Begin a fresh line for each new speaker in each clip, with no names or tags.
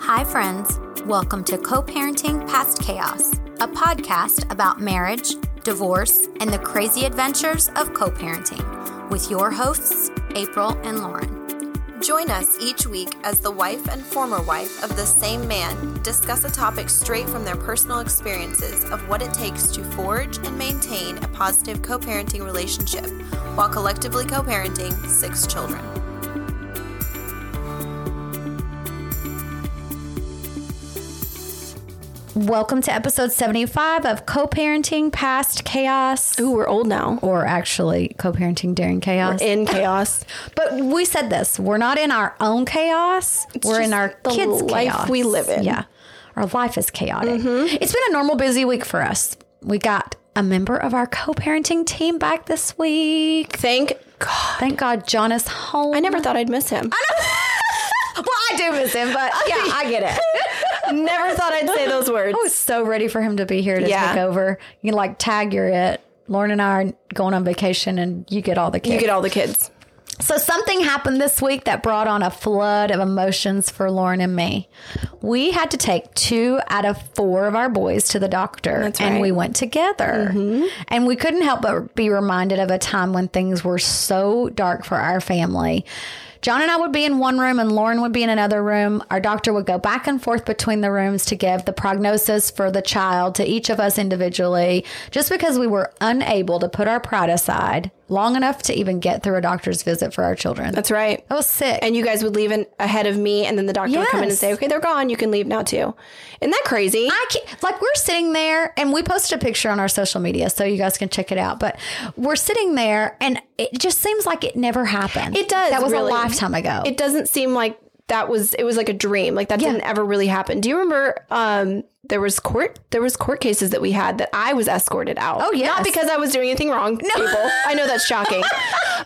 Hi, friends. Welcome to Co Parenting Past Chaos, a podcast about marriage, divorce, and the crazy adventures of co parenting with your hosts, April and Lauren.
Join us each week as the wife and former wife of the same man discuss a topic straight from their personal experiences of what it takes to forge and maintain a positive co parenting relationship while collectively co parenting six children.
Welcome to episode 75 of Co parenting past chaos.
Ooh, we're old now.
Or actually, co parenting during chaos.
We're in chaos.
but we said this we're not in our own chaos,
It's
we're in
just
our
the
kids'
life
chaos.
we live in. Mm-hmm.
Yeah. Our life is chaotic. It's been a normal, busy week for us. We got a member of our co parenting team back this week.
Thank God.
Thank God John is home.
I never thought I'd miss him.
Well, I do miss him, but yeah, I get it.
never thought I'd say those words.
I was so ready for him to be here to
Yeah.
take over. You can like tag your it. Lauren and I are going on vacation and you get all the kids.
You get all the kids.
so something happened this week that brought on a flood of emotions for Lauren and me. We had to take two out of four of our boys to the doctor and
right.
we went together. And we couldn't help but be reminded of a time when things were so dark for our family. John and I would be in one room and Lauren would be in another room. Our doctor would go back and forth between the rooms to give the prognosis for the child to each of us individually, just because we were unable to put our pride aside long enough to even get through a doctor's visit for our children.
That's right.
that was sick.
And you guys would leave in, ahead of me, and then the doctor would come in and
Yes.
say, okay, they're gone. You can leave now, too. Isn't that crazy?
I can't, like we're sitting there and we posted a picture on our social media so you guys can check it out. But we're sitting there and it just seems like it never happened.
It does,
That was
really.
a lifetime ago.
it doesn't seem like that was it was like a dream like that didn't ever really happen do you remember um there was court there was court cases that we had that i was escorted out oh
yes.
not because i was doing anything wrong people i know that's shocking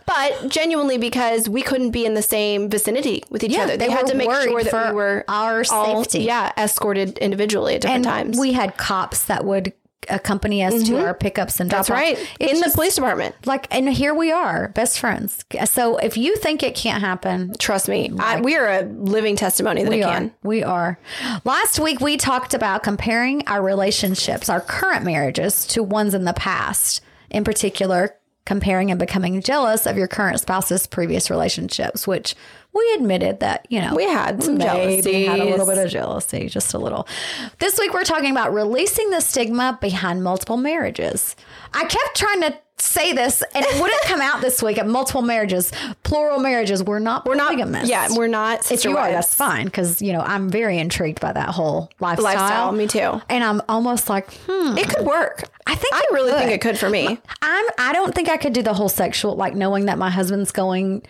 but genuinely because we couldn't be in the same vicinity with each
Yeah,
other
they
they, had
were
to make sure
worried
that
for
we were
our
all-
safety.
yeah escorted individually at
and
different times Mm-hmm.
we had cops that would accompany us to our pickups and
that's
drop-offs.
right
It's
in the
just
police department
like and here we are, best friends. So if you think it can't happen,
trust me I, we are a living testimony that it
We
can
are. We are. Last week we talked about comparing our relationships, our current marriages, to ones in the past. In particular, comparing and becoming jealous of your current spouse's previous relationships, which we admitted that you know
we had some
jealousy. We had a
jealousies.
little bit of jealousy, just a little. This week we're talking about releasing the stigma behind multiple marriages. I kept trying to say this and it wouldn't come out this week at multiple marriages, plural marriages. We're not
we're not
polygamists.
yeah we're not
If
sister
you are,
wives.
that's fine because you know I'm very intrigued by that whole lifestyle.
Lifestyle, me too.
And I'm almost like, hmm.
It could work.
I think
I
it
really
could.
think it could for me.
I'm. I don't think I could do the whole sexual, like knowing that my husband's going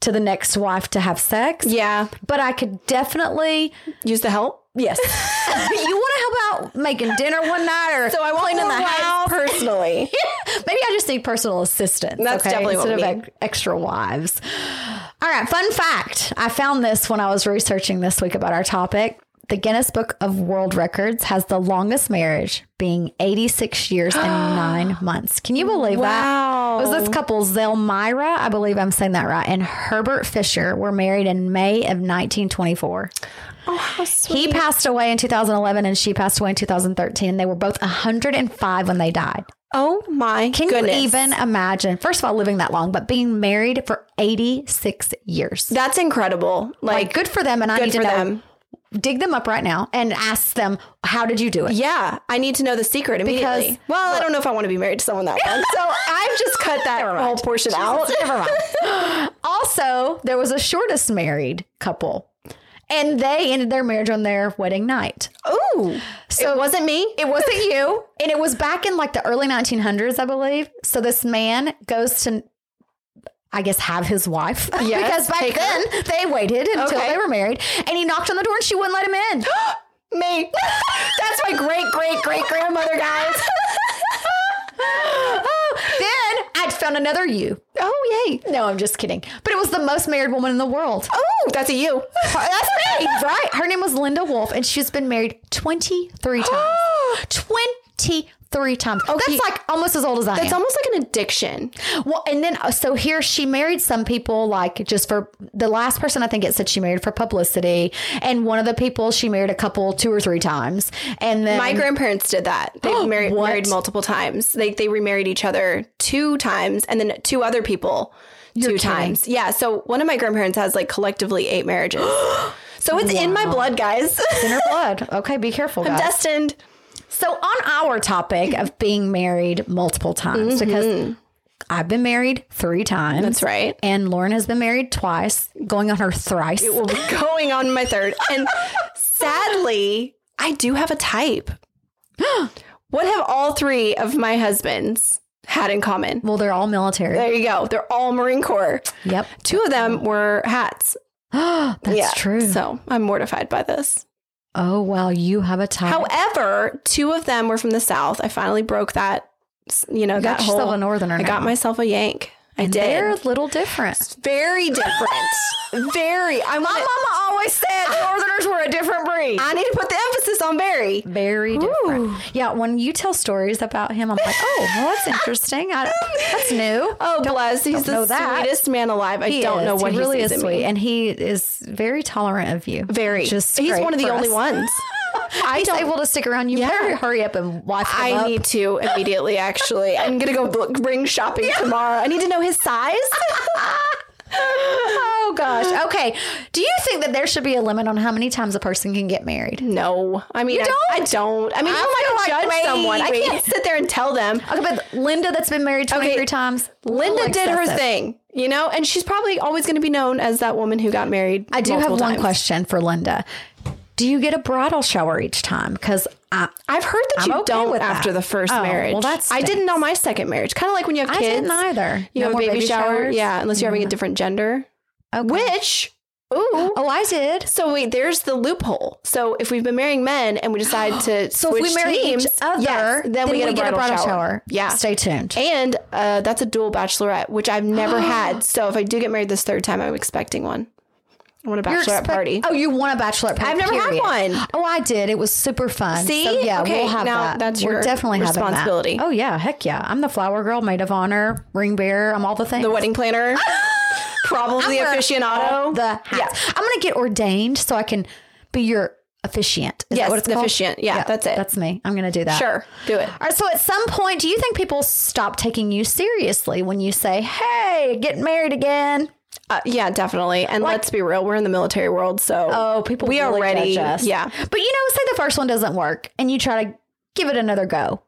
to the next wife to have sex.
Yeah.
But I could definitely,
Use the help.
yes. you want to help out making dinner one night, or
So I won't
cleaning
in
the house.
personally.
Maybe I just need personal assistance.
That's definitely what
instead
we
of
need.
ex- extra wives. All right, fun fact: I found this when I was researching this week about our topic. The Guinness Book of World Records has the longest marriage, being 86 years and nine months. Can you believe
Wow.
that? It was this couple, Zelmira, I believe I'm saying that right, and Herbert Fisher were married in May of 1924.
Oh,
He passed away in 2011 and she passed away in 2013. They were both 105 when they died.
oh my
Can
goodness.
you even imagine? First of all, living that long, but being married for 86 years.
That's incredible. Like,
like, good for them. And I
good
need to
for
know,
them.
dig them up right now and ask them, how did you do it?
yeah, I need to know the secret immediately.
Because-
well, I don't know if I want to be married to someone that long. So I've just cut that whole portion out.
Never mind. also, there was a shortest married couple, and they ended their marriage on their wedding night.
Ooh. So it wasn't me.
It wasn't you, and it was back in like the early 1900s, I believe. So this man goes to, I guess, have his wife
Yes,
because back
take her.
then they waited until
Okay.
they were married, and he knocked on the door and she wouldn't let him in.
me. That's my great, great, great grandmother, guys.
then I found another you.
Oh, yay.
No, I'm just kidding. But it was the most married woman in the world.
Oh, that's a you.
That's me, right? Her name was Linda Wolf, and she's been married 23 times. 23 three times. Oh,
he-
that's like almost as old as I
That's
am.
almost like an addiction.
Well, and then uh, so here she married some people like just for the last person I think it said she married for publicity, and one of the people she married a couple two or three times, and then
My grandparents did that. They married
What?
married multiple times. Like they remarried each other two times, and then two other people two
You're kidding.
times. Yeah. So one of my grandparents has like collectively eight marriages. so it's in my blood, guys.
in her blood. Okay, be careful, guys.
Destined.
so on our topic of being married multiple times, because I've been married three times.
Mm-hmm. That's right.
And Lauren has been married twice, going on her thrice.
Well, going on my third, and sadly, I do have a type. what have all three of my husbands had in common?
Well, they're all military.
There you go. They're all Marine Corps.
yep.
Two of them were hats.
That's
yeah.
true.
So I'm mortified by this.
oh, wow. You have a type.
However, two of them were from the South. I finally broke that, s- you know,
You
that
got
whole.
yourself a northerner.
I got
now.
myself a yank. I
And They're a
did.
little different.
Very different. Very. I want.
mama always said northerners were a different breed.
I need to put the emphasis on very.
Very different. Yeah, when you tell stories about him, I'm like, oh, well, that's interesting. I, that's new.
Oh, bless. He's
know
the
that.
sweetest man alive. I don't
is.
know what
he
he
really is
sees in me.
sweet, and he is very tolerant of you.
Very.
just
he's
great
one of the
for
only
us.
ones. I
He's
don't.
able to stick around. You better hurry up and watch. Him
I
up.
need to immediately. Actually, I'm gonna go book, ring shopping tomorrow. I need to know his size.
Oh gosh. Okay. Do you think that there should be a limit on how many times a person can get married?
No, I mean, I, I don't. I mean,
feel
how am I
like
gonna judge
maybe-
someone? I can't sit there and tell them.
Okay, but Linda, that's been married 23 times.
Linda
little
did her
excessive.
thing, you know, and she's probably always going to be known as that woman who got married.
I do have
multiple
one
times.
question for Linda. Do you get a bridal shower each time? Because I,
I've heard that
I'm
you
okay
don't
with that.
after the first
Oh,
marriage.
well, that
I didn't
stinks.
on my second marriage. Kind of like when you have
I
kids.
didn't either.
You
No
have a
more
baby,
baby
shower.
showers? Mm-hmm.
Yeah, unless you're having a different gender.
Okay.
Which, ooh.
oh, I did.
So wait, there's the loophole. So if we've been marrying men and we decide to
So if we
switch
marry
teams,
each other,
yes, then, we get, a, bridal shower.
Yeah.
Yeah.
Stay tuned.
and uh, that's a dual bachelorette, which I've never had. So if I do get married this third time, I'm expecting one. I want a bachelorette
expect-
party.
Oh, you want a bachelorette party?
I've never had
period.
one.
Oh, I did. It was super fun.
See?
so, yeah,
Okay,
we'll have
now
that.
that's
We're
your
definitely having that.
responsibility.
Oh yeah, heck yeah! I'm the flower girl, maid of honor, ring bearer. I'm all the things.
the wedding planner, probably
I'm wearing
aficionado.
all The hats. I'm gonna get ordained so I can be your officiant. Is
Yes,
that what it's
the
called?
officiant. Yeah, that's it.
That's me. I'm gonna do that.
Sure, do it.
All right, so at some point, do you think people stop taking you seriously when you say, "Hey, getting married again"?
Uh, yeah, definitely. And let's be real, we're in the military world, so
Oh, people
we
really
already
judge us.
yeah.
But you know, say the first one doesn't work and you try to give it another go.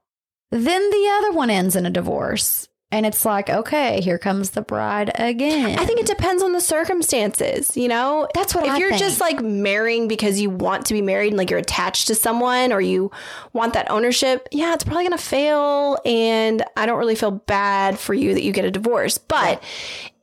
Then the other one ends in a divorce. And it's like, okay, here comes the bride again.
I think it depends on the circumstances, you know?
That's what
if
I
you're
think.
just like marrying because you want to be married and like you're attached to someone or you want that ownership, yeah, it's probably gonna fail. And I don't really feel bad for you that you get a divorce. But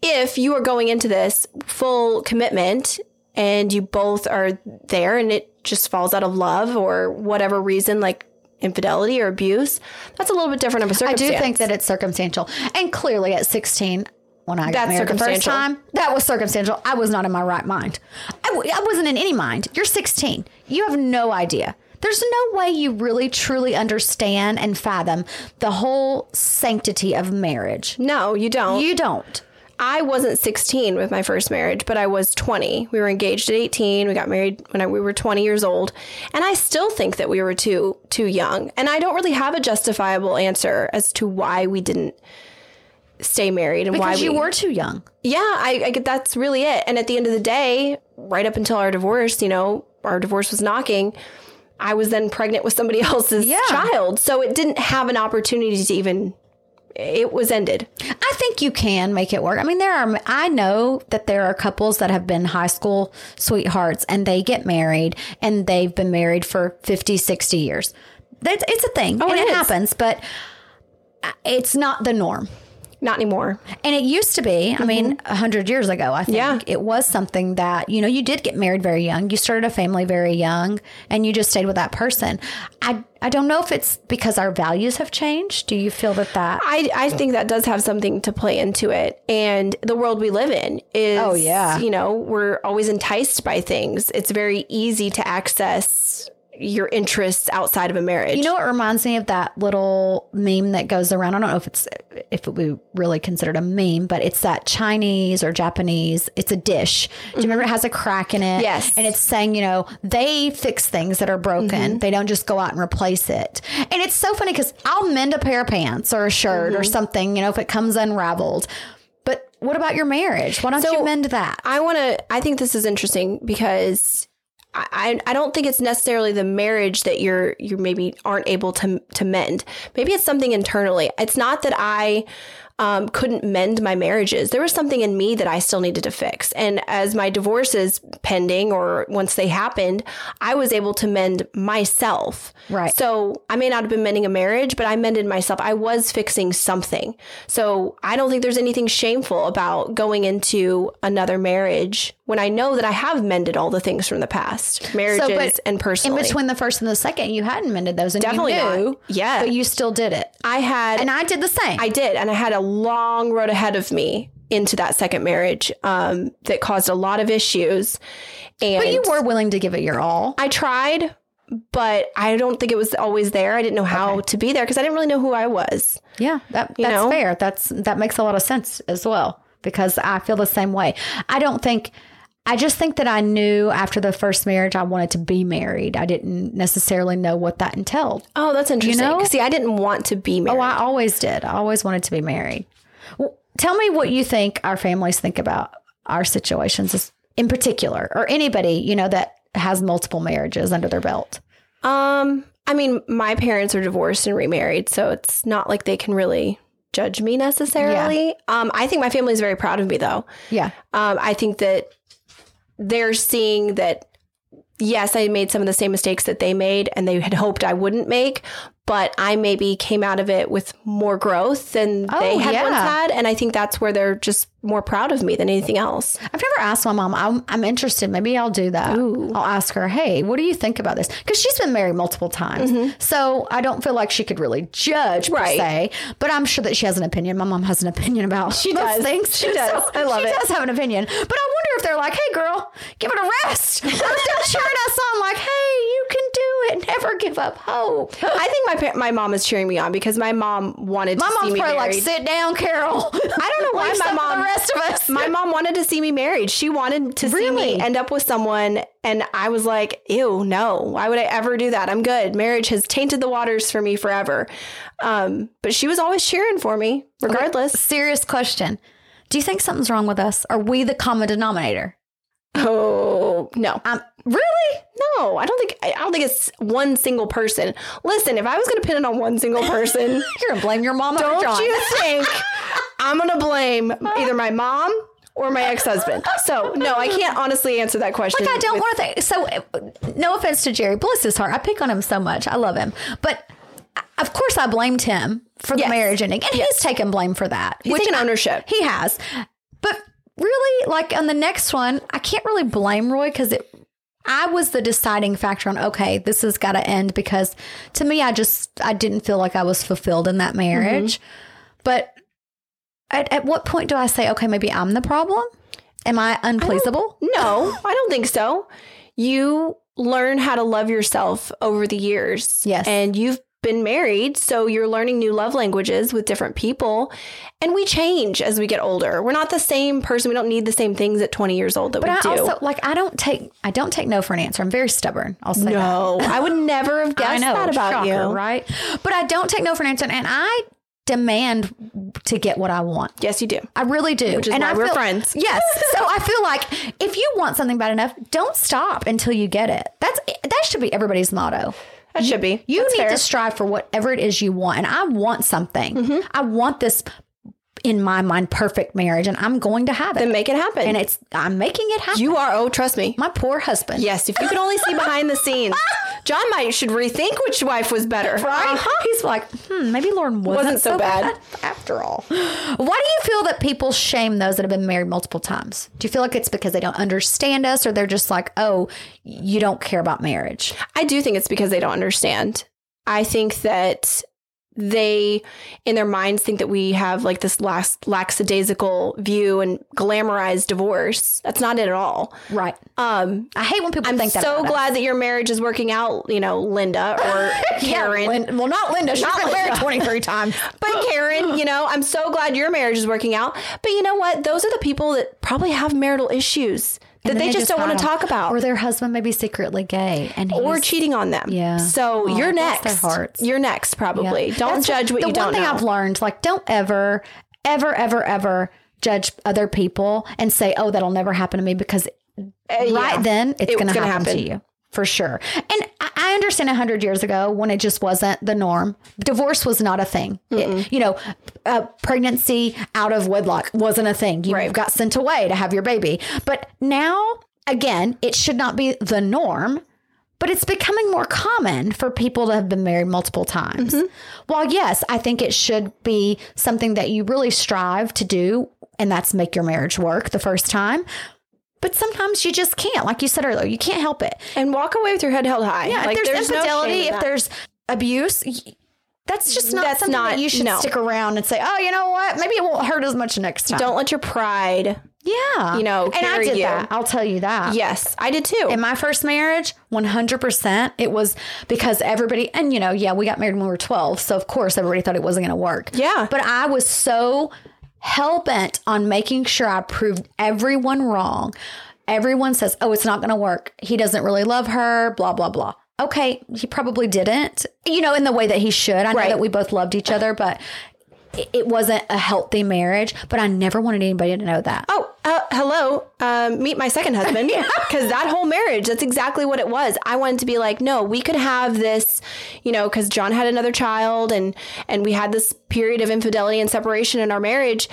if you are going into this full commitment and you both are there and it just falls out of love or whatever reason, like infidelity or abuse, that's a little bit different of a
I
circumstance.
do think that it's circumstantial. And clearly at 16, when I got
That's
married the first
circumstantial.
time, that was circumstantial. I was not in my right mind. I, w- I wasn't in any mind. You're 16. You have no idea. There's no way you really truly understand and fathom the whole sanctity of marriage.
no, you don't.
You don't.
I wasn't 16 with my first marriage, but I was 20. We were engaged at 18. We got married when I, we were 20 years old, and I still think that we were too too young. And I don't really have a justifiable answer as to why we didn't stay married and
Because
why
you
we
were too young.
yeah, I, I get that's really it. And at the end of the day, right up until our divorce, you know, our divorce was knocking. I was then pregnant with somebody else's
Yeah.
child, so it didn't have an opportunity to even. It was ended.
I think you can make it work. I mean, there are, I know that there are couples that have been high school sweethearts and they get married and they've been married for 50, 60 years. That's, it's a thing and
Oh, it
it,
is.
happens, but it's not the norm.
Not anymore.
And it used to be, I mean, 100 years ago, I think
Mm-hmm. Yeah.
it was something that, you know, you did get married very young. You started a family very young and you just stayed with that person. I, I don't know if it's because our values have changed. Do you feel that that?
I, I think that does have something to play into it. And the world we live in is,
Oh, yeah.
you know, we're always enticed by things. It's very easy to access, your interests outside of a marriage.
You know, it reminds me of that little meme that goes around. I don't know if it's if it would be really considered a meme, but it's that Chinese or Japanese. It's a dish. Do you remember it has a crack in it?
Mm-hmm. Yes.
And it's saying, you know, they fix things that are broken.
Mm-hmm.
They don't just go out and replace it. And it's so funny because I'll mend a pair of pants or a shirt
Mm-hmm.
or something. You know, if it comes unraveled. But what about your marriage? Why don't
So,
you mend that?
I want to. I think this is interesting because I, I I don't think it's necessarily the marriage that you're you maybe aren't able to to mend. Maybe it's something internally. It's not that I. Um, couldn't mend my marriages. There was something in me that I still needed to fix. And as my divorces pending or once they happened, I was able to mend myself.
Right.
So I may not have been mending a marriage, but I mended myself. I was fixing something. So I don't think there's anything shameful about going into another marriage when I know that I have mended all the things from the past, marriages
but
and personally.
In between the first and the second, you hadn't mended those, and
Definitely
you
not.
knew,
Yeah.
but you still did it.
I had
And I did the same.
I did, and I had a long road ahead of me into that second marriage um, that caused a lot of issues. And
but you were willing to give it your all.
I tried, but I don't think it was always there. I didn't know how to be there because I didn't really know who I was.
Yeah, that, that's
You know?
fair. That's that makes a lot of sense as well because I feel the same way. I don't think I just think that I knew after the first marriage I wanted to be married. I didn't necessarily know what that entailed.
Oh, that's interesting.
know?
See, I didn't want to be married.
Oh, I always did. I always wanted to be married. Well, tell me what you think our families think about our situations as- in particular or anybody, you know, that has multiple marriages under their belt.
Um, I mean, my parents are divorced and remarried, so it's not like they can really judge me necessarily. Um, I think my family is very proud of me, though.
Yeah.
Um, I think that they're seeing that. Yes, I made some of the same mistakes that they made, and they had hoped I wouldn't make. But I maybe came out of it with more growth than they
Oh,
had
yeah.
once had, and I think that's where they're just more proud of me than anything else.
I've never asked my mom. I'm, I'm interested. Maybe I'll do that.
Ooh.
I'll ask her, hey, what do you think about this? Because she's been married multiple times. So I don't feel like she could really judge,
Mm-hmm. Right.
per se. But I'm sure that she has an opinion. My mom has an opinion about she most
does.
things.
She does. I love
she
it.
does have an opinion. But I wonder if they're like, hey, girl, give it a rest. I'm still cheering us on, like, hey, you can do it. Never give up hope.
I think my par- my mom is cheering me on because my mom wanted
My
to see
mom's
me
probably like,
married.
sit down, Carol.
I don't know why
Leave
my
some for
mom.
the rest of us.
My mom wanted to see me married. She wanted to see
Really?
me end up with someone, and I was like, "Ew, no! Why would I ever do that? I'm good. Marriage has tainted the waters for me forever." Um, but she was always cheering for me, regardless.
serious question. Do you think something's wrong with us? Are we the common denominator?
Oh no,
Um, really?
no! I don't think I don't think it's one single person. Listen, if I was going to pin it on one single person,
You're gonna blame your mom or
don't
John.
you think I'm going to blame either my mom? Or my ex husband. So, no, I can't honestly answer that question.
I don't
with-
want to think. So, uh, no offense to Jerry, bless his heart. I pick on him so much. I love him, but uh, of course, I blamed him for the
Yes.
marriage ending, and he's taken blame for that.
He's taken
I-
ownership.
he has, but really, like on the next one, I can't really blame Roy because it. I was the deciding factor on okay, this has got to end because to me, I just I didn't feel like I was fulfilled in that marriage. But at, at what point do I say okay, maybe I'm the problem? Am I unpleasable?
No, I don't think so. You learn how to love yourself over the years.
Yes.
And you've been married, so you're learning new love languages with different people. And we change as we get older. We're not the same person. We don't need the same things at 20 years old that
But
we
I
do.
also like I don't take I don't take no for an answer. I'm very stubborn. I'll say that.
no, I would never have
I
guessed
know
that about
shocker,
you.
right? But I don't take no for an answer, and I demand to get what I want.
Yes, you do.
I really do,
is
and
why
I
we're
feel,
friends.
Yes, so I feel like if you want something bad enough, don't stop until you get it. That's that should be everybody's motto.
That should be.
You
That's
need
fair.
to strive for whatever it is you want. And I want something.
Mm-hmm.
I want this, in my mind, perfect marriage, and I'm going to have it.
then make it happen.
and it's I'm making it happen.
you are, oh, trust me.
my poor husband.
Yes, if you could only see behind the scenes, John might should rethink which wife was better.
right?
Uh-huh.
He's like, hmm, maybe Lauren wasn't,
Wasn't so bad.
after all. Why do you feel that people shame those that have been married multiple times? Do you feel like it's because they don't understand us or they're just like, oh, you don't care about marriage?
I do think it's because they don't understand. I think that they in their minds think that we have like this last lackadaisical view and glamorized divorce. That's not it at all.
Right.
Um,
I hate when people
I'm
think that.
so
about us.
glad that your marriage is working out, you know, Linda or
Yeah,
Karen.
Lin- well, not Linda. She's
Not
been married
Linda.
23 times.
But Karen, you know, I'm so glad your marriage is working out. But you know what? Those are the people that probably have marital issues that
And
they,
then
just don't want to
hide 'em.
talk about
Or
or,
their husband may be secretly gay and he's,
cheating on them.
Yeah.
So
Aw,
you're
bless
next.
their hearts.
You're next, probably.
Yeah.
Don't
That's
judge what
the
you don't
one thing
know.
I've learned, like, don't ever, ever, ever, ever judge other people and say, "Oh, that'll never happen to me," because
Uh,
right then it's
It's
going to
gonna
happen, to
happen.
you for sure. And I- I understand a hundred years ago when it just wasn't the norm. Divorce was not a thing. It- you know, uh, pregnancy out of wedlock wasn't a thing. You
Right.
got sent away to have your baby. But now, again, it should not be the norm. But it's becoming more common for people to have been married multiple times.
Mm-hmm.
While, yes, I think it should be something that you really strive to do, and that's make your marriage work the first time. But sometimes you just can't. Like you said earlier, you can't help it.
and walk away with your head held high.
Yeah,
Like,
if there's,
no shame
infidelity,
in
if
that.
there's abuse, y- that's just not
That's
something
not-
that you should
no.
stick around and say, oh, you know what? Maybe it won't hurt as much next time.
don't let your pride.
yeah.
you know,
and I
carry
did
you.
that. I'll tell you that.
Yes, I did too.
In my first marriage, 100%, it was because everybody, and you know, yeah, we got married when we were 12. So, of course, everybody thought it wasn't going to work.
Yeah.
But I was so hell bent on making sure I proved everyone wrong. Everyone says, oh, it's not going to work. He doesn't really love her, blah, blah, blah. Okay, he probably didn't, you know, in the way that he should. I know
Right.
that we both loved each other, but it- it wasn't a healthy marriage. But I never wanted anybody to know that.
Oh, uh, hello. Um, meet my second husband. Because that whole marriage, that's exactly what it was. I wanted to be like, no, we could have this, you know, because John had another child and and we had this period of infidelity and separation in our marriage.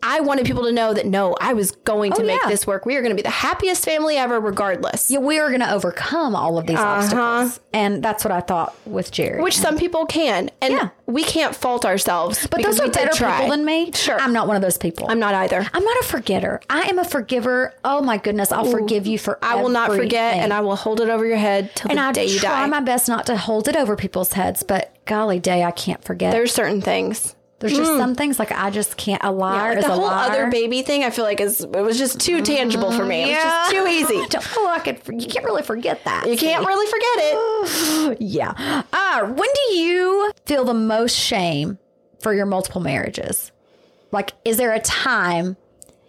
I wanted people to know that no, I was going to make
Oh, yeah.
this work. We are going to be the happiest family ever, regardless.
Yeah, we are going to overcome all of these obstacles. And that's what I thought with Jerry.
Uh-huh. Which some people can, and
Yeah.
we can't fault ourselves.
but those are better people than me.
Sure.
I'm not one of those people.
I'm not either.
I'm not a forgetter. I am a forgiver. Oh my goodness, I'll forgive you for
I will not forget, and I will hold it over your head till
and
the
I
day
try
you die.
my best not to hold it over people's heads, but golly day, I can't forget.
There's certain things.
There's just some things like I just can't. A liar
Like
is
Mm. the
a
whole
liar. Mm-hmm.
other baby thing, I feel like is it was just too tangible for me. It was just too easy.
I don't feel like I could. for- You can't really forget that.
You can't really forget it.
Yeah. Uh, when do you feel the most shame for your multiple marriages? Like, is there a time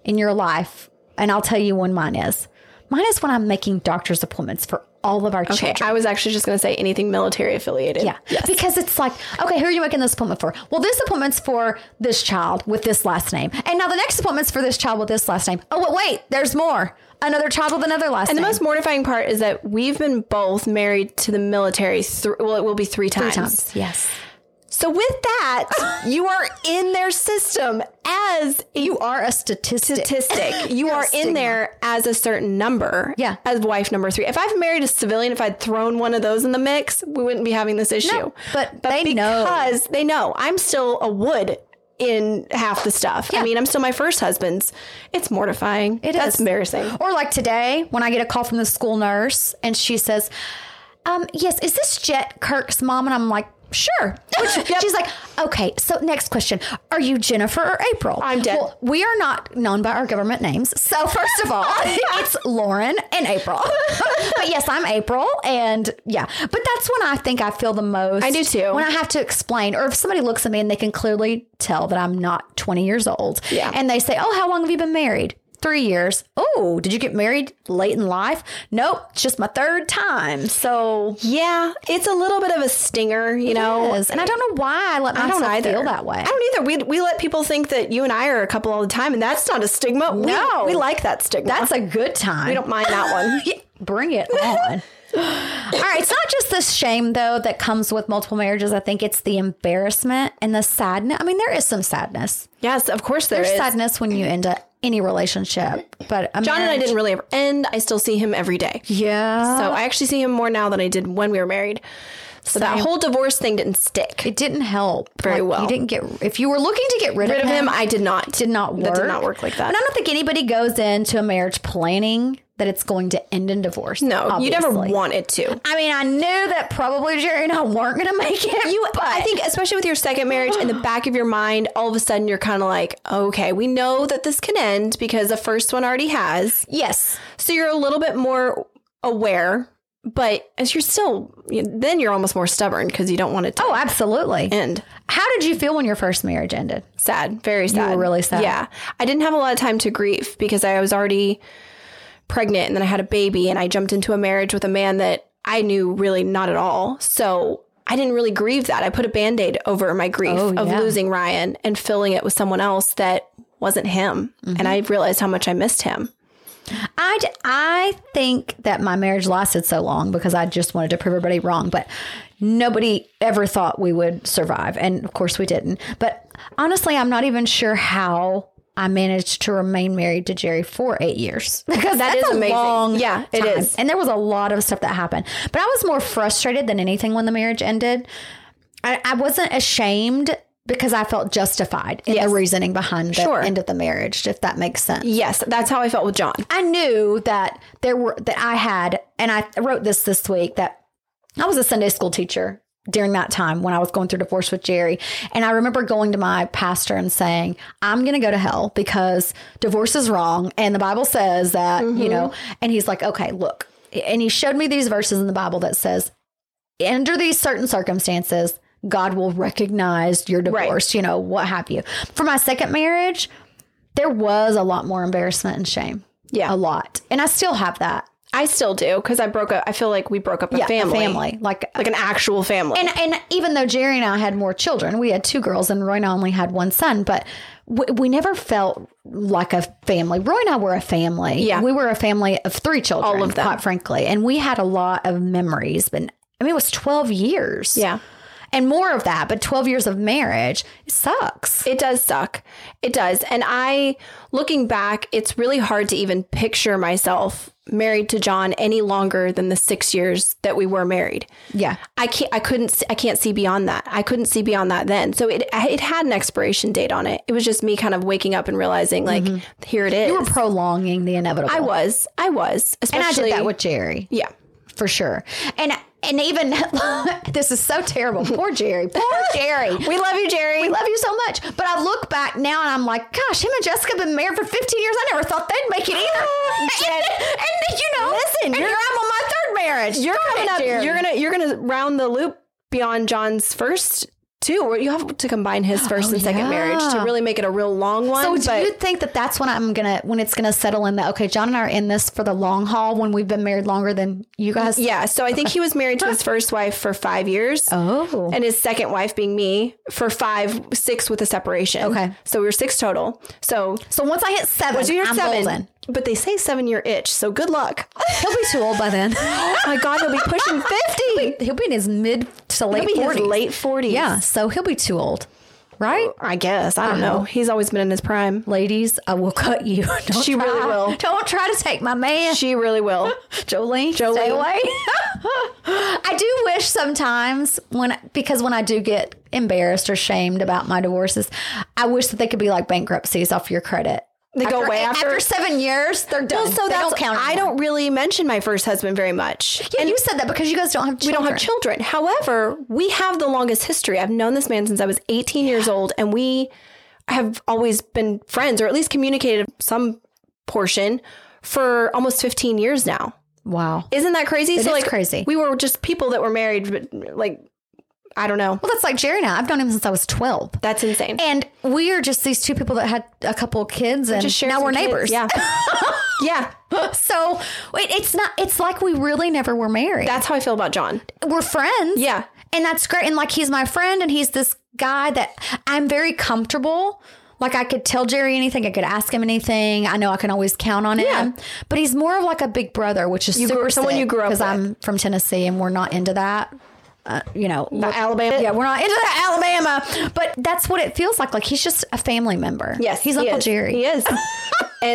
in your life? And I'll tell you when mine is. Mine is when I'm making doctor's appointments for all of our
Okay,
children.
I was actually just going to say anything military affiliated.
Yeah. Because it's like, okay, who are you making this appointment for? Well, this appointment's for this child with this last name. And now the next appointment's for this child with this last name. Oh, wait, wait there's more. Another child with another last
And the
name.
most mortifying part is that we've been both married to the military. Th- well, it will be three times.
Three times. Yes.
So with that, you are in their system as a
You are a statistic.
statistic. You are in there as a certain number.
Yeah.
As wife number three. If I've married a civilian, if I'd thrown one of those in the mix, we wouldn't be having this issue.
but they know.
because they know I'm still a wood in half the stuff. I
Yeah.
mean, I'm still my first husband's. It's mortifying.
It
It is That's
is.
embarrassing.
Or like today, when I get a call from the school nurse and she says, um, yes, is this Jet Kirk's mom? And I'm like, sure. Which, She's like, okay, so next question. Are you Jennifer or April?
I'm dead.
Well, we are not known by our government names. So first of all, it's Lauren and April. but yes, I'm April. And yeah, but that's when I think I feel the most. I
do too.
When I have to explain, or if somebody looks at me and they can clearly tell that I'm not 20 years old.
Yeah.
And they say, Oh, how long have you been married? Three years. Oh, did you get married late in life? Nope, it's just my third time. So,
Yeah. It's a little bit of a stinger, you know.
yes. and I don't know why I let
I
myself
don't either.
feel that way.
I don't either. We, we let people think that you and I are a couple all the time, and that's not a stigma. We-
No.
we, like that stigma.
That's a good time.
we don't mind that one.
Yeah, bring it on. All right, it's not just the shame though that comes with multiple marriages. I think it's the embarrassment and the sadness. I mean, there is some sadness.
Yes, of course there
There's
is.
sadness when you end up any relationship, but a
John and I
marriage-
didn't really ever end. I still see him every day.
Yeah,
So I actually see him more now than I did when we were married. So that whole divorce thing didn't stick.
it didn't help
Very well.
You didn't get if you were looking to get rid,
Rid of him, I did not.
did not work.
That did not work like that.
And I don't think anybody goes into a marriage planning that it's going to end in divorce.
No, you never
obviously.
want it to.
I mean, I knew that probably Jerry and I weren't going to make it.
You,
but
I think, especially with your second marriage, in the back of your mind, all of a sudden you're kind of like, okay, we know that this can end because the first one already has.
yes,
So you're a little bit more aware, but as you're still, then you're almost more stubborn because you don't want it to
oh, absolutely.
end.
How did you feel when your first marriage ended?
Sad, very sad.
were really sad.
Yeah. I didn't have a lot of time to grieve because I was already pregnant and then I had a baby and I jumped into a marriage with a man that I knew really not at all. So I didn't really grieve that. I put a band aid over my grief
Oh,
of
yeah.
losing Ryan and filling it with someone else that wasn't him. And I realized how much I missed him.
I, d- I think that my marriage lasted so long because I just wanted to prove everybody wrong, but nobody ever thought we would survive. And of course we didn't. But honestly, I'm not even sure how I managed to remain married to Jerry for eight years because that
is
is a
amazing.
long
Yeah, it
time.
is.
And there was a lot of stuff that happened. But I was more frustrated than anything when the marriage ended. I, I wasn't ashamed because I felt justified in the reasoning behind the
Sure.
end of the marriage, if that makes sense.
Yes, that's how I felt with John.
I knew that there were that I had, and I wrote this this week that I was a Sunday school teacher during that time when I was going through divorce with Jerry, and I remember going to my pastor and saying, "I'm going to go to hell because divorce is wrong, and the Bible says that you know." And he's like, "Okay, look," and he showed me these verses in the Bible that says, "Under these certain circumstances." God will recognize your divorce, you know, what have you. For my second marriage, there was a lot more embarrassment and shame.
Yeah.
A lot. And I still have that.
I still do because I broke up. I feel like we broke up a
Yeah. a
family.
family. Like,
Like an actual family.
and, and even though Jerry and I had more children, we had two girls and Roy and I only had one son, but we, we never felt like a family. Roy and I were a family.
Yeah.
We were a family of three children,
All of them.
quite frankly. And we had a lot of memories. But I mean, it was 12 years.
yeah.
And more of that, but 12 years of marriage it sucks.
It does suck. It does. And I, looking back, it's really hard to even picture myself married to John any longer than the six years that we were married.
yeah.
I can't. I couldn't. s- I can't see beyond that. I couldn't see beyond that then. So it it had an expiration date on it. It was just me kind of waking up and realizing like here it is.
Mm-hmm. You were prolonging the inevitable.
I was. I was.
And I
Especially
did that with Jerry.
yeah.
for sure. And and even this is so terrible. Poor Jerry. Poor Jerry.
We love you, Jerry.
We love you so much. But I look back now and I'm like, gosh, him and Jessica have been married for 15 years. I never thought they'd make it either. and, and, you know, listen, and here I'm on my third marriage.
you're
Darn
coming
it,
up.
Jerry.
You're gonna you're gonna round the loop beyond John's first two. Or You have to combine his first and second
Oh, yeah.
marriage to really make it a real long one.
So do
but
you think that that's when I'm gonna when it's gonna settle in that okay, John and I are in this for the long haul when we've been married longer than you guys?
yeah, so I think he was married to his first wife for five years.
Oh.
And his second wife being me for five, six with a separation.
Okay.
So we were six total. So
So once I hit seven,
so you're
I'm
seven.
golden.
But they say seven year itch, so good luck.
He'll be too old by then.
oh my god, he'll be pushing fifty.
He'll be in his mid to
He'll
late
be his
40s.
late forties.
Yeah, so he'll be too old, right?
I guess. I don't know. He's always been in his prime.
Ladies, I will cut you. Don't
She really
try-
will.
Don't try to take my man,
She really will.
Jolene.
Jolene.
Stay away. I do wish sometimes when because when I do get embarrassed or shamed about my divorces, I wish that they could be like bankruptcies off your credit.
They go away after-
seven years. They're done.
Well, so
they
that's
don't count.
I
anymore.
don't really mention my first husband very much.
Yeah, you said that because you guys don't have
We
children.
don't have children. However, we have the longest history. I've known this man since I was 18 years old, and we have always been friends, or at least communicated some portion for almost 15 years now.
Wow.
Isn't that crazy? so
is
like
crazy.
We were just people that were married, but like I don't know.
Well, that's like Jerry now. I've known him since I was twelve.
That's insane.
And we are just these two people that had a couple of kids, and
Just share
now
some
we're
kids.
neighbors.
Yeah, yeah.
So it, it's not. It's like we really never were married.
That's how I feel about John.
we're friends.
Yeah.
And that's great. And like he's my friend, and he's this guy that I'm very comfortable. Like I could tell Jerry anything. I could ask him anything. I know I can always count on him. But he's more of like a big brother, which is
grew-
super
someone you grew up
because
with.
I'm from Tennessee, and we're not into that. Uh, you know, look-
Alabama.
Yeah, we're not into that Alabama, but that's what it feels like. Like he's just a family member.
Yes,
he's
he
Uncle
is.
Jerry.
He is. and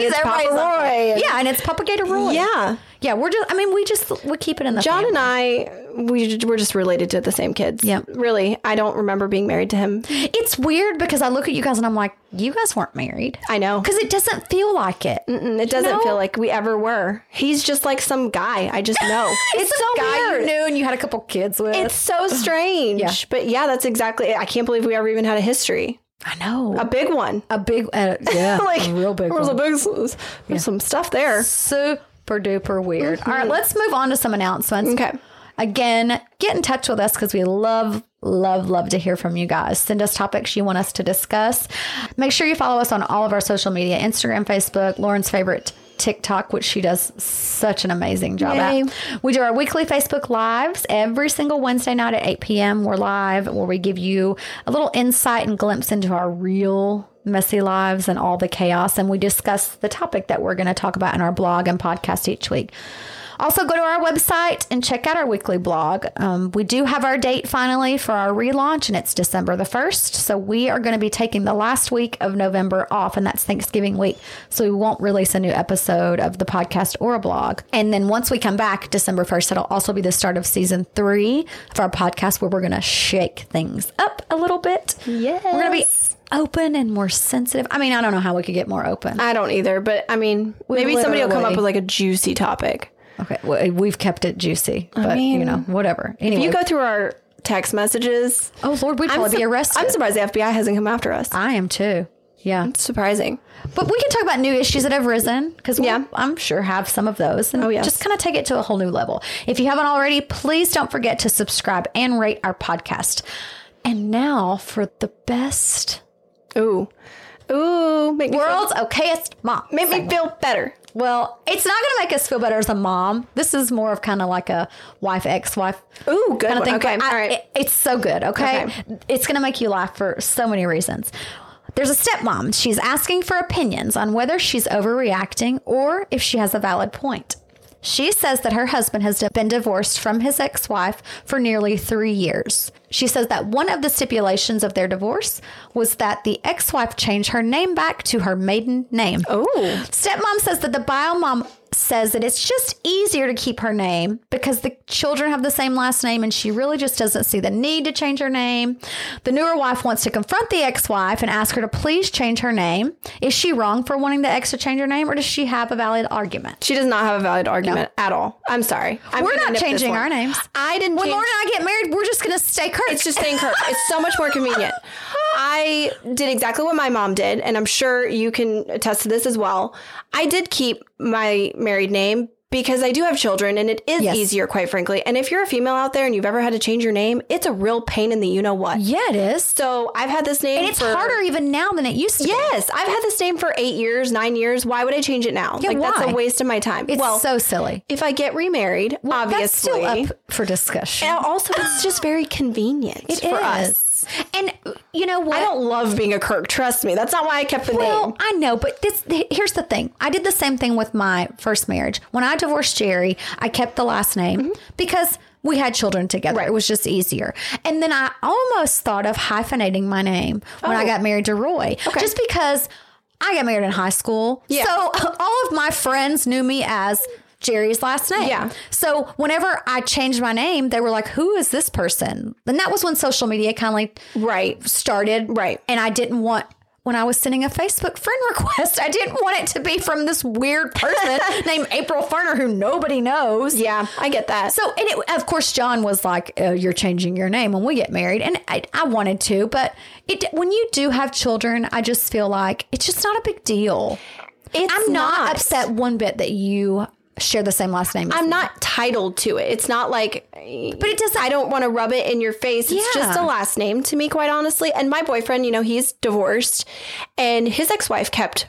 it's Papa
Everybody's like-
Roy.
Yeah, and it's Papa Gator Roy.
Yeah.
Yeah, we're just, I mean, we just, we keep it in the
John
family.
and I, we were just related to the same kids.
Yep.
Really, I don't remember being married to him.
It's weird because I look at you guys and I'm like, you guys weren't married.
I know.
Because it doesn't feel like it.
And it doesn't
know-
feel like we ever were. He's just like some guy. I just know.
It's,
a
so guy
weird.
you knew and you had a couple kids with.
It's so strange.
Yeah.
But yeah, that's exactly it. I can't believe we ever even had a history.
I know.
A
A,
big one.
big, uh, yeah,
like
a real big
there was
one.
a big s- there's some stuff there.
Super duper weird. All right, let's move on to some announcements.
Mm-hmm. Okay.
Again, get in touch with us because we love, love, love to hear from you guys. Send us topics you want us to discuss. Make sure you follow us on all of our social media Instagram, Facebook, Lauren's favorite TikTok, which she does such an amazing job
Yay.
at. We do our weekly Facebook Lives every single Wednesday night at 8 p.m. We're live where we give you a little insight and glimpse into our real messy lives and all the chaos. And we discuss the topic that we're going to talk about in our blog and podcast each week. Also, go to our website and check out our weekly blog. Um, we do have our date finally for our relaunch, and it's December the 1st. So, we are going to be taking the last week of November off, and that's Thanksgiving week. So, we won't release a new episode of the podcast or a blog. And then, once we come back December 1st, it'll also be the start of season three of our podcast where we're going to shake things up a little bit. Yes. We're going to be open and more sensitive. I mean, I don't know how we could get more open.
I don't either, but I mean, maybe somebody will come up
literally-
with like a juicy topic.
Okay. Well, we've kept it juicy, but you
mean,
know, whatever. Anyway.
You go through our text messages.
Oh Lord, we'd probably
sur-
be arrested.
I'm surprised the FBI hasn't come after us.
I am too. Yeah,
surprising.
but we can talk about new issues that have risen because
Yeah.
I'm sure have some of those, and
Oh, yes.
just kind of take it to a whole new level. If you haven't already, please don't forget to subscribe and rate our podcast. And now for the best
Ooh. Ooh. Make me feel,
world's okayest mom.
make me feel better.
Well, it's not going to make us feel better as a mom. This is more of kind of like a wife, ex-wife.
Ooh, good
I
one.
think
Okay.
I-
All right.
it- it's so good. Okay, it's going to make you laugh for so many reasons. There's a stepmom. She's asking for opinions on whether she's overreacting or if she has a valid point. She says that her husband has been divorced from his ex wife for nearly three years. She says that one of the stipulations of their divorce was that the ex wife change her name back to her maiden name.
Ooh.
Stepmom says that the bio mom says that it's just easier to keep her name because the children have the same last name and she really just doesn't see the need to change her name. The newer wife wants to confront the ex wife and ask her to please change her name. Is she wrong for wanting the ex to change her name or does she have a valid argument?
She does not have a valid argument at all. I'm sorry. I'm
We're
gonna
not
nip this
changing
one.
our names.
I didn't.
When
change-
Lauren and I get married, we're just going to stay current.
it's just saying curve. It's so much more convenient. I did exactly what my mom did, and I'm sure you can attest to this as well. I did keep my married name because I do have children, and it is
Yes.
easier, quite frankly. And if you're a female out there and you've ever had to change your name, it's a real pain in the you know what.
yeah, it is.
So I've had this name.
And it's
for-
harder even now than it used to be.
Yes, I've had this name for eight years, nine years. Why would I change it now?
Yeah,
like that's
why?
a waste of my time.
It's
well,
so silly.
if I get remarried,
That's
obviously.
still up for discussion.
And also, it's just very convenient for us.
And you know what?
I don't love being a Kirk. Trust me. That's not why I kept the
well,
name.
I know, but this here's the thing. I did the same thing with my first marriage. When I divorced Jerry, I kept the last name
Mm-hmm.
because we had children together. It was just easier. And then I almost thought of hyphenating my name when
Oh.
I got married to Roy, just because I got married in high school.
Yeah.
So all of my friends knew me as Jerry's last name.
Yeah.
So whenever I changed my name, they were like, "Who is this person?" And that was when social media kind of like
Right.
started.
Right.
And I didn't want, when I was sending a Facebook friend request, I didn't want it to be from this weird person named April Ferner who nobody knows.
Yeah, I get that.
So, and it, of course, John was like, oh, "You're changing your name when we get married," and I, I wanted to, but it when you do have children, I just feel like it's just not a big deal.
It's
I'm not,
not.
upset one bit that you share the same last name. as
I'm
me.
not titled to it. It's not like, but it
doesn't-
I don't want to rub it in your face. It's
Yeah.
just a last name to me, quite honestly. And my boyfriend, you know, he's divorced, and his ex-wife kept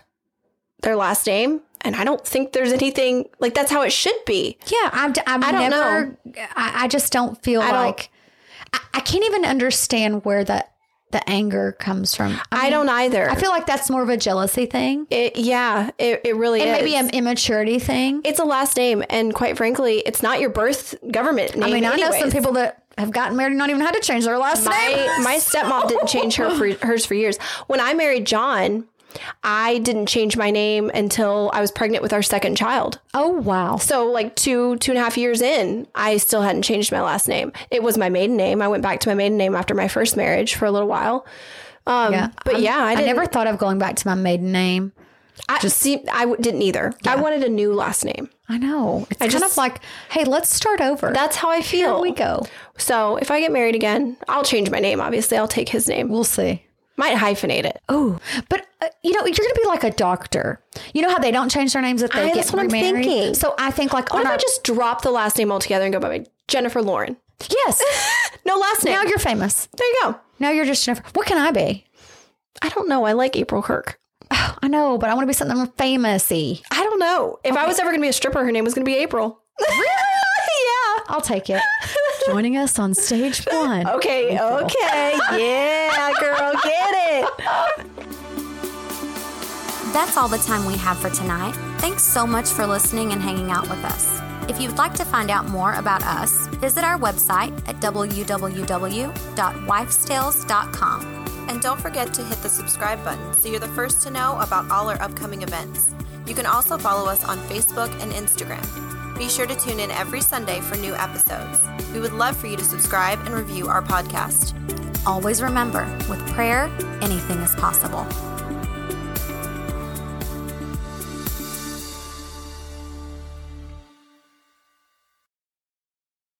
their last name, and I don't think there's anything like that's how it should be.
Yeah, I'm. d- I'm I
don't
never, I, I just don't feel
don't-
like I, I can't even understand where the the anger comes from. I,
I don't either.
Um, I feel like that's more of a jealousy thing,
it, yeah, it, it really
and
is.
maybe an immaturity thing.
it's a last name, and quite frankly, it's not your birth government name.
I mean, I know some
anyways.
people that have gotten married and not even had to change their last name.
my my stepmom didn't change her for, hers for years. When I married John, I didn't change my name until I was pregnant with our second child.
Oh, wow.
So like two two and a half years in, I still hadn't changed my last name. It was my maiden name. I went back to my maiden name after my first marriage for a little while. Um,
Yeah.
but
I'm-
yeah, I,
I
didn't,
never thought of going back to my maiden name.
I see. I w- didn't either. I wanted a new last name.
I know. It's kind of
just-
like, hey, let's start over.
That's how I
Here
feel.
we go.
So if I get married again, I'll change my name. Obviously, I'll take his name.
We'll see.
Might hyphenate it.
Oh, but uh, you know, you're going to be like a doctor. You know how they don't change their names if they
I-
get
that's what I'm
remarried?
thinking.
So I think like
What
on
if I
our,
just drop the last name altogether and go by my Jennifer Lauren?
yes.
No last name.
now you're famous.
there you go.
Now you're just Jennifer. What can I be?
I don't know. I like April Kirk.
I know, but I want to be something famousy.
I don't know. If I was ever going to be a stripper, her name was going to be April. yeah.
I'll take it. Joining us on stage one.
Okay. Okay. Yeah, girl, get it.
That's all the time we have for tonight. Thanks so much for listening and hanging out with us. If you'd like to find out more about us, visit our website at www.wifestales.com. And don't forget to hit the subscribe button so you're the first to know about all our upcoming events. You can also follow us on Facebook and Instagram. Be sure to tune in every Sunday for new episodes. We would love for you to subscribe and review our podcast. Always remember with prayer, anything is possible.